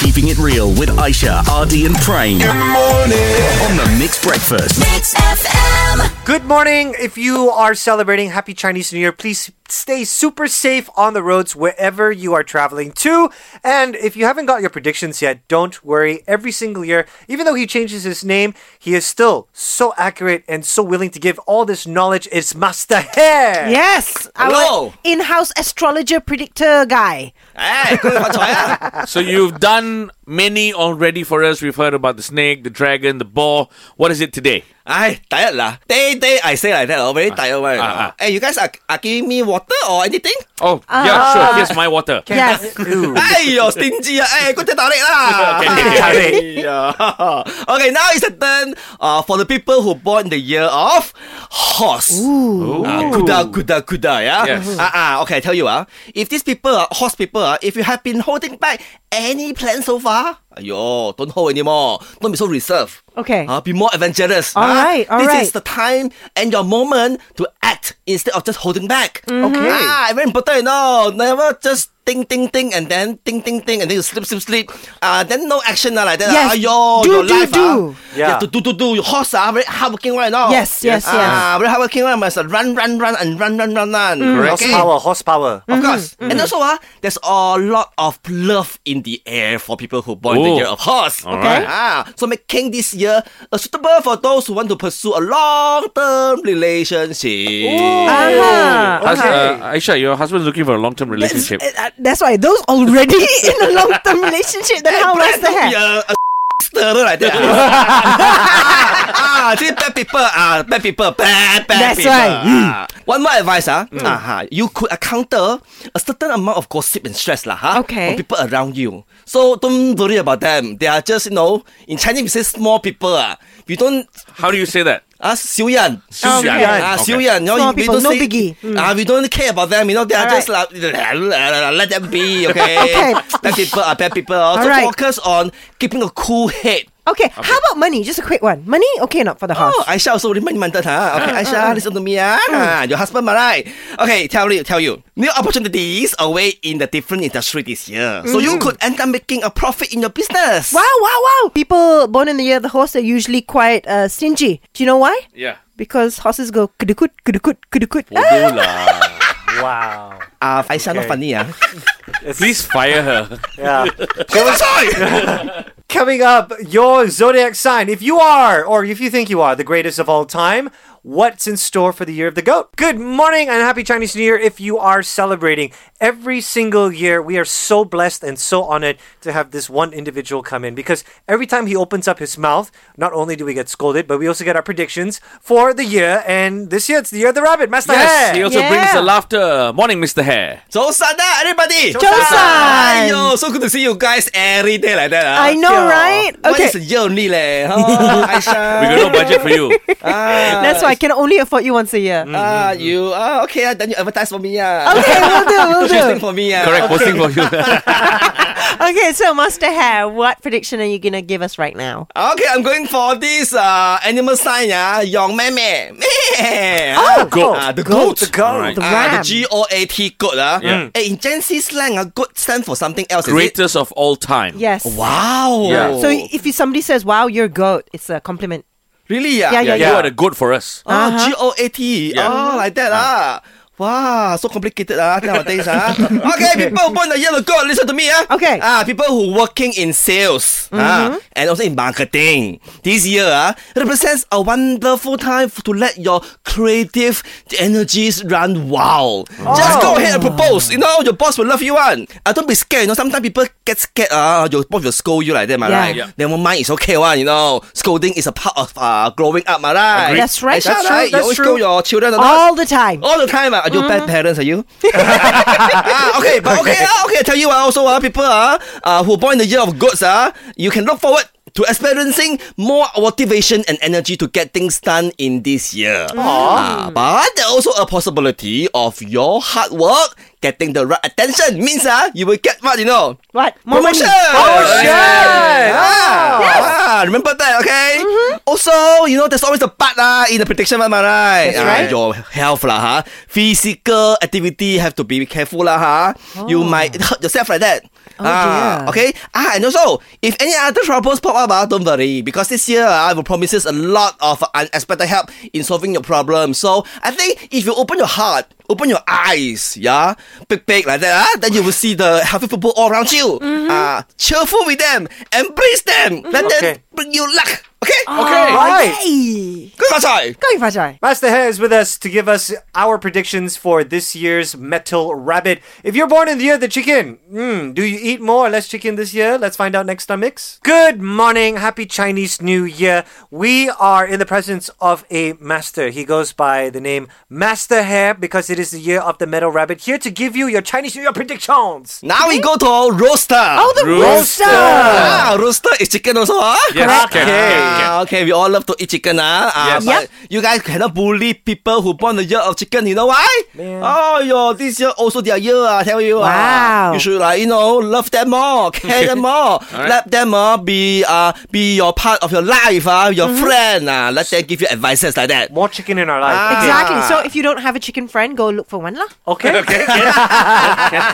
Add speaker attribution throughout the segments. Speaker 1: Keeping it real with Aisha, Ardy, and Prane on the Mixed Breakfast.
Speaker 2: Mix FM.
Speaker 3: Good morning. If you are celebrating Happy Chinese New Year, please stay super safe on the roads wherever you are traveling to. And if you haven't got your predictions yet, don't worry. Every single year, even though he changes his name, he is still so accurate and so willing to give all this knowledge. It's Master Hair.
Speaker 4: Yes,
Speaker 5: Hello.
Speaker 4: our in-house astrologer predictor guy.
Speaker 5: Hey, good for Chaya.
Speaker 6: So you've done many already for us. We've heard about the snake, the dragon, the boar. What is it today?
Speaker 5: Ay, tired lah. Day day I say like that. oh, Very tired. one.
Speaker 6: ah, ah.
Speaker 5: Hey, you guys are, are giving me water or anything?
Speaker 6: Oh, yeah, sure. Here's my water.
Speaker 4: Yes.
Speaker 3: Ooh.
Speaker 5: Hey, you're stingy. ah. Hey, go take toilet lah.
Speaker 3: Okay.
Speaker 5: Yeah. okay, now it's the turn uh, for the people who born in the year of horse. Ah, kuda, kuda, kuda, yeah?
Speaker 6: Yes.
Speaker 5: Ah, ah, okay, I tell you, ah, if these people are horse people, ah, if you have been holding back any plan so far, yo, don't hold anymore. Don't be so reserved.
Speaker 4: Okay.
Speaker 5: Ah, be more adventurous.
Speaker 4: All
Speaker 5: ah.
Speaker 4: right, all
Speaker 5: This
Speaker 4: right.
Speaker 5: is the time and your moment to act instead of just holding back.
Speaker 4: Mm-hmm.
Speaker 3: Okay.
Speaker 5: Ah, very important, you know. Never just think, think, think, and then think, think, think, and then you sleep, sleep, sleep. Uh, then no action ah, like that.
Speaker 4: Yes.
Speaker 5: Ah, yo,
Speaker 4: Do,
Speaker 5: your
Speaker 4: do,
Speaker 5: life,
Speaker 4: do.
Speaker 5: Ah,
Speaker 3: Yeah.
Speaker 5: you have to do, do, do. Your horse ah, very hardworking right now.
Speaker 4: Yes, yes,
Speaker 5: Ah,
Speaker 4: yes.
Speaker 5: very hardworking right must run, run, run, and run, run, run, run.
Speaker 4: Mm.
Speaker 5: Okay?
Speaker 3: Horsepower, horsepower.
Speaker 5: Of course. And also, ah, there's a lot of love in the air for people who born in the
Speaker 6: Ooh.
Speaker 5: year of horse.
Speaker 6: Okay. right.
Speaker 5: Ah, so making this year uh, suitable for those who want to pursue a long-term relationship.
Speaker 4: Uh-huh.
Speaker 6: Hus-
Speaker 3: Okay.
Speaker 6: uh, Aisha, your husband's looking for a long-term relationship.
Speaker 4: Uh, uh, That's why those already in a long-term relationship. Then how was the
Speaker 5: Be
Speaker 4: hair?
Speaker 5: a, a stirrer like that. lah ah, see, bad people, ah, bad people, bad, bad
Speaker 4: That's
Speaker 5: people.
Speaker 4: right. Hmm.
Speaker 5: ah. One more advice, ah, ah, you could encounter a certain amount of gossip and stress, lah, huh,
Speaker 4: Okay.
Speaker 5: from people around you. So don't worry about them. They are just, you know, in Chinese we say small people, ah. We don't
Speaker 6: How do you say that?
Speaker 5: Ah, Xiuyan.
Speaker 4: Xiuyan.
Speaker 5: Ah,
Speaker 6: Okay.
Speaker 5: Xiuyan. You know,
Speaker 4: Small
Speaker 5: we
Speaker 4: people,
Speaker 5: don't
Speaker 4: no
Speaker 5: say-
Speaker 4: biggie. Mm.
Speaker 5: Ah, we don't care about them. You know, they are
Speaker 4: All
Speaker 5: just like, let them be, okay?
Speaker 4: Okay.
Speaker 5: Bad people are bad people. So
Speaker 4: All right.
Speaker 5: focus on keeping a cool head.
Speaker 4: Okay. How about money? Just a quick one. Money? Okay, not for the house.
Speaker 5: Oh, Aisha also remind minded, huh?
Speaker 4: Uh-huh.
Speaker 5: Okay, Aisha, listen to me, ah.
Speaker 4: Hmm.
Speaker 5: Your husband, alright. Okay, tell you, tell you. New opportunities away in the different industry this year. So
Speaker 4: Mm.
Speaker 5: you could end up making a profit in your business.
Speaker 4: Wow, wow, wow! People born in the year of the horse are usually quite uh, stingy. Do you know why?
Speaker 6: Yeah.
Speaker 4: Because horses go kudukut, kudukut, kudukut.
Speaker 5: Oh,
Speaker 6: Bodoh lah.
Speaker 3: Wow.
Speaker 5: Ah, Aisha, not funny, ah.
Speaker 6: Please fire her.
Speaker 3: Yeah.
Speaker 5: Sorry.
Speaker 3: Coming up, your zodiac sign. If you are, or if you think you are, the greatest of all time, what's in store for the year of the goat? Good morning and happy Chinese New Year if you are celebrating. Every single year, we are so blessed and so honored to have this one individual come in because every time he opens up his mouth, not only do we get scolded, but we also get our predictions for the year. And this year, it's the year of the rabbit, Master
Speaker 6: Yes,
Speaker 3: Hare.
Speaker 6: he also
Speaker 4: Yeah.
Speaker 6: brings the laughter. Morning, Mr. Hare.
Speaker 5: So Sana, everybody.
Speaker 4: Ah, Josan!
Speaker 5: Ayo, so good to see you guys every day like that. ah.
Speaker 4: I know, right?
Speaker 5: What
Speaker 4: Okay.
Speaker 5: is a year only leh? Oh, Aisha.
Speaker 6: We got no budget for you.
Speaker 5: Ah,
Speaker 4: That's why I can only afford you once a year.
Speaker 5: ah, you. Ah, okay. ah, Then you advertise for me. Ah.
Speaker 4: Okay, we'll do, we'll
Speaker 5: Posting
Speaker 4: do.
Speaker 5: for me. ah.
Speaker 6: Correct, posting for you.
Speaker 4: Okay, so Master Hair, what prediction are you gonna give us right now?
Speaker 5: Okay, I'm going for this uh, animal sign. Ah, Yong Mei Mei.
Speaker 3: Oh, goat.
Speaker 5: Ah, the goat.
Speaker 3: The goat.
Speaker 6: Alright.
Speaker 4: The
Speaker 5: Ah,
Speaker 4: ram.
Speaker 5: the G O A T goat. Ah.
Speaker 6: Yeah.
Speaker 5: Eh, in Gen Z slang, a goat stands for something else. is it?
Speaker 6: Greatest of all time.
Speaker 4: yes.
Speaker 5: Wow.
Speaker 6: Yeah.
Speaker 4: So if you, somebody says, "Wow, you're goat," it's a compliment.
Speaker 5: really? ah?
Speaker 4: Yeah, yeah,
Speaker 6: Yeah,
Speaker 4: yeah.
Speaker 6: you are the good for us.
Speaker 4: Uh-huh.
Speaker 5: Oh, G O A T.
Speaker 6: Yeah.
Speaker 5: Oh, like that. Ah. Wow, so complicated ah, nowadays. ah. Okay, people born the yellow gold, listen to me. Ah.
Speaker 4: Okay. Mm-hmm.
Speaker 5: Ah, people who working in sales ah, and also in marketing. This year ah, represents a wonderful time to let your creative energies run wild. Just go ahead and
Speaker 4: Oh.
Speaker 5: propose. You know, your boss will love you one. Ah, don't be scared. You know, sometimes people get scared. Ah, your boss will scold you like that, my
Speaker 4: Yeah.
Speaker 5: right?
Speaker 6: Yeah.
Speaker 5: Never mind, it's okay one, you know. Scolding is a part of uh, growing up, my right?
Speaker 4: Agreed. That's right.
Speaker 5: That's right. You always
Speaker 4: That's true, that's
Speaker 5: kill
Speaker 4: true. Oh.
Speaker 5: your children or not?
Speaker 4: All the time.
Speaker 5: All the time, ah. are you bad parents? Are you? ah, okay, but okay, ah, okay. I tell you, ah, also, ah, people ah, uh, who born in the year of goats, ah, you can look forward to experiencing more motivation and energy to get things done in this year. Ah, but there's also a possibility of your hard work getting the right attention means ah, you will get what you know
Speaker 4: What? More money. Oh,
Speaker 5: promotion. Oh, Ah, ah, remember that, okay?
Speaker 4: Mm-hmm.
Speaker 5: Also, you know, there's always a part lah in the prediction, am I right?
Speaker 4: That's right.
Speaker 5: Ah, your health lah, huh? Physical activity have to be careful lah, huh? You might hurt yourself like that. Ah,
Speaker 4: Oh. dear.
Speaker 5: okay. Ah, and also, if any other troubles pop up, ah, don't worry, because this year ah, I will promises a lot of unexpected help in solving your problem. So I think if you open your heart, open your eyes, yeah, big big like that, ah, then you will see the healthy people all around you. Ah, cheerful with them, embrace them, let
Speaker 3: Okay.
Speaker 5: them bring you luck. Okay,
Speaker 6: Okay.
Speaker 3: Right.
Speaker 4: Hey,
Speaker 5: good outside.
Speaker 4: going for a try.
Speaker 3: Master Hair is with us to give us our predictions for this year's Metal Rabbit. If you're born in the year of the chicken, mm, do you eat more or less chicken this year? Let's find out next time, Mix. Good morning. Happy Chinese New Year. We are in the presence of a master. He goes by the name Master Hair because it is the year of the Metal Rabbit. Here to give you your Chinese New Year predictions.
Speaker 5: Now we go to our roaster.
Speaker 4: Oh, the
Speaker 6: Roaster.
Speaker 4: roaster.
Speaker 5: Ah, roaster is chicken also, ah?
Speaker 6: Yes, can. can.
Speaker 5: Ah, okay, we all love to eat chicken, ah. ah
Speaker 6: Yes.
Speaker 5: but
Speaker 4: Yep.
Speaker 5: You guys cannot bully people who born the year of chicken. You know why?
Speaker 3: Man.
Speaker 5: Oh, yo, this year also their year. I tell you. Ah,
Speaker 4: Wow.
Speaker 5: you should like you know love them more, care them more,
Speaker 6: right.
Speaker 5: let them uh, be uh be your part of your life, ah, your friend, ah. Let them give you advices like that.
Speaker 3: More chicken in our life.
Speaker 5: Ah.
Speaker 3: Okay.
Speaker 4: Exactly. So if you don't have a chicken friend, go look for one lah.
Speaker 3: Okay.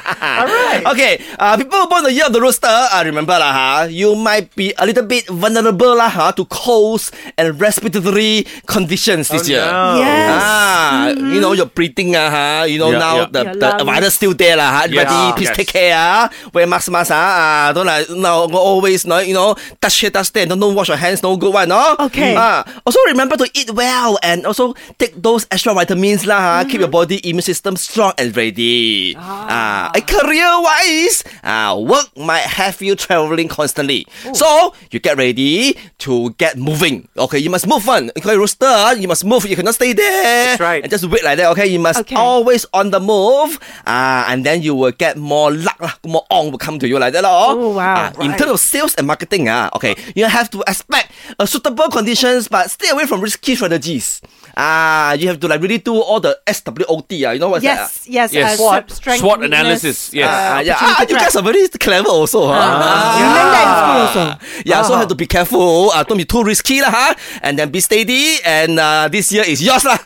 Speaker 5: Okay, uh, people who born the year of the rooster, uh, remember lah, huh? you might be a little bit vulnerable lah, huh, to colds and respiratory conditions this year.
Speaker 6: Oh, no.
Speaker 4: Yes.
Speaker 5: Oh. Ah, you know your breathing, uh, huh? you know
Speaker 6: Yeah,
Speaker 5: now
Speaker 6: yeah.
Speaker 5: the,
Speaker 4: Your
Speaker 5: the
Speaker 4: lungs.
Speaker 5: virus still there, lah. huh?
Speaker 6: Yes.
Speaker 5: Everybody,
Speaker 6: Yeah.
Speaker 5: please
Speaker 6: Yes.
Speaker 5: take care. Uh, wear mask, mask. Uh, uh, don't like no, go always no, you know touch here, touch there. Don't, don't wash your hands. No good one, no.
Speaker 4: Okay.
Speaker 5: Uh, also remember to eat well and also take those extra vitamins, lah. huh? Keep your body immune system strong and ready. Ah, career wise, uh, work might have you traveling constantly, so you get ready to get moving. Okay, you must move on. Okay, rooster, ah, you must move. You cannot stay there
Speaker 3: That's right.
Speaker 5: and just wait like that. Okay, you must
Speaker 4: Okay.
Speaker 5: always on the move. Ah, and then you will get more luck, lah, more on will come to you like that, lah.
Speaker 4: Oh, wow.
Speaker 5: Ah, In terms of sales and marketing, ah, okay, you have to expect uh, suitable conditions, but stay away from risky strategies. Ah, you have to like really do all the SWOT. Ah, you know what's that? ah?
Speaker 4: Yes, yes. Uh,
Speaker 6: Yes. SWOT.
Speaker 4: s- strength,
Speaker 6: SWOT
Speaker 4: weakness,
Speaker 6: analysis, yes.
Speaker 5: Ah, yeah.
Speaker 4: opportunity
Speaker 5: Ah, you
Speaker 4: threat.
Speaker 5: guys are very clever also. huh? Ah.
Speaker 4: You learn that in school also. Uh-huh.
Speaker 5: Yeah, so have to be careful. Uh, don't be too risky, lah, huh? And then be steady. And uh, this year is yours, lah.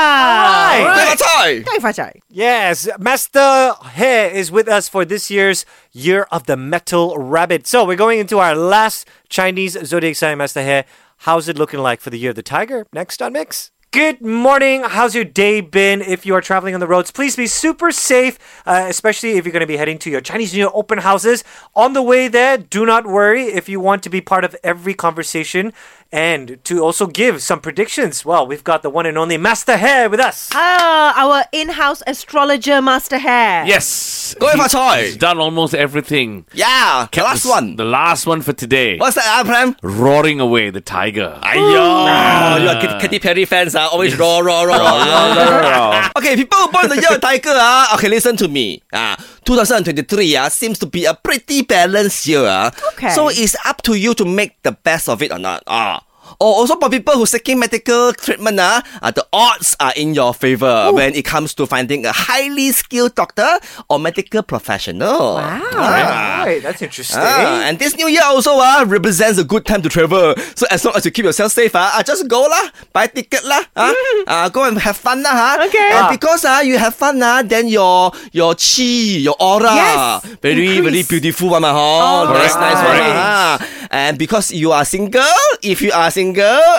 Speaker 4: Wow.
Speaker 3: Alright.
Speaker 5: Clever toy.
Speaker 4: Going for a try.
Speaker 3: Yes, Master He is with us for this year's Year of the Metal Rabbit. So we're going into our last Chinese zodiac sign, Master He. How's it looking like for the Year of the Tiger? Next on Mix. Good morning. How's your day been? If you are traveling on the roads, please be super safe, uh, especially if you're going to be heading to your Chinese New Year open houses. On the way there, do not worry if you want to be part of every conversation and to also give some predictions. Well, we've got the one and only Master He with us.
Speaker 4: Oh, our in-house astrologer, Master Hair.
Speaker 6: Yes.
Speaker 5: Go with
Speaker 6: He-
Speaker 5: a toy.
Speaker 6: He's done almost everything.
Speaker 5: Yeah, the last
Speaker 6: This-
Speaker 5: one.
Speaker 6: The last one for today.
Speaker 5: What's that, ah, Prem?
Speaker 6: Roaring away the tiger.
Speaker 5: Oh, you are Katy Perry fans, ah, always raw, raw, raw, raw, raw, raw. Okay, people who born the year of tiger, ah, okay, listen to me. Ah, 2023 ah, seems to be a pretty balanced year. Ah.
Speaker 4: Okay.
Speaker 5: So it's up to you to make the best of it or not. Ah. Or also for people who seeking medical treatment, ah, ah, the odds are in your favor when it comes to finding a highly skilled doctor or medical professional. Wow.
Speaker 3: Right, that's interesting.
Speaker 5: Ah, and this new year also uh, represents a good time to travel. So as long as you keep yourself safe, uh, uh, just go lah, buy ticket lah, uh, uh, go and have fun lah. huh?
Speaker 4: Mm. Okay.
Speaker 5: And
Speaker 4: Ah.
Speaker 5: because uh, you have fun uh, then your your chi, your aura,
Speaker 4: Yes,
Speaker 5: very very
Speaker 4: increase.
Speaker 5: beautiful one uh, huh?
Speaker 4: Oh,
Speaker 5: That's nice one.
Speaker 6: right.
Speaker 5: uh, huh? and because you are single, if you are single,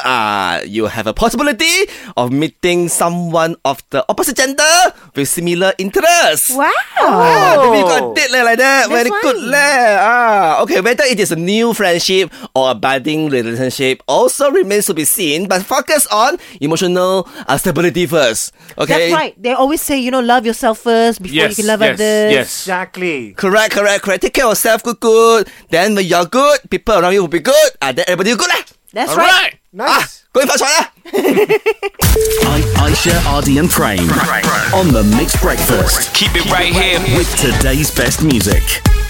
Speaker 5: uh, you have a possibility of meeting someone of the opposite gender with similar interests.
Speaker 4: Wow.
Speaker 5: Ah, maybe you got a date leh, like that.
Speaker 4: Oh. That's
Speaker 5: Very good
Speaker 4: right.
Speaker 5: leh. Ah, okay. Whether it is a new friendship or a budding relationship also remains to be seen. But focus on emotional uh, stability first. Okay.
Speaker 4: That's right. They always say, you know, love yourself first before
Speaker 6: Yes.
Speaker 4: Oh, you can love
Speaker 6: yes,
Speaker 4: others.
Speaker 6: yes.
Speaker 3: Exactly.
Speaker 5: Correct, correct, correct. Take care of yourself, good, good. Then when you're good, people around you will be good. Ah, then everybody will good lah.
Speaker 4: That's
Speaker 6: All
Speaker 4: right.
Speaker 6: right.
Speaker 3: Nice.
Speaker 5: Go in first one lah.
Speaker 1: I- Aisha, Ardy, and Prane on the Mixed Breakfast
Speaker 2: Keep it right here.
Speaker 1: with today's best music.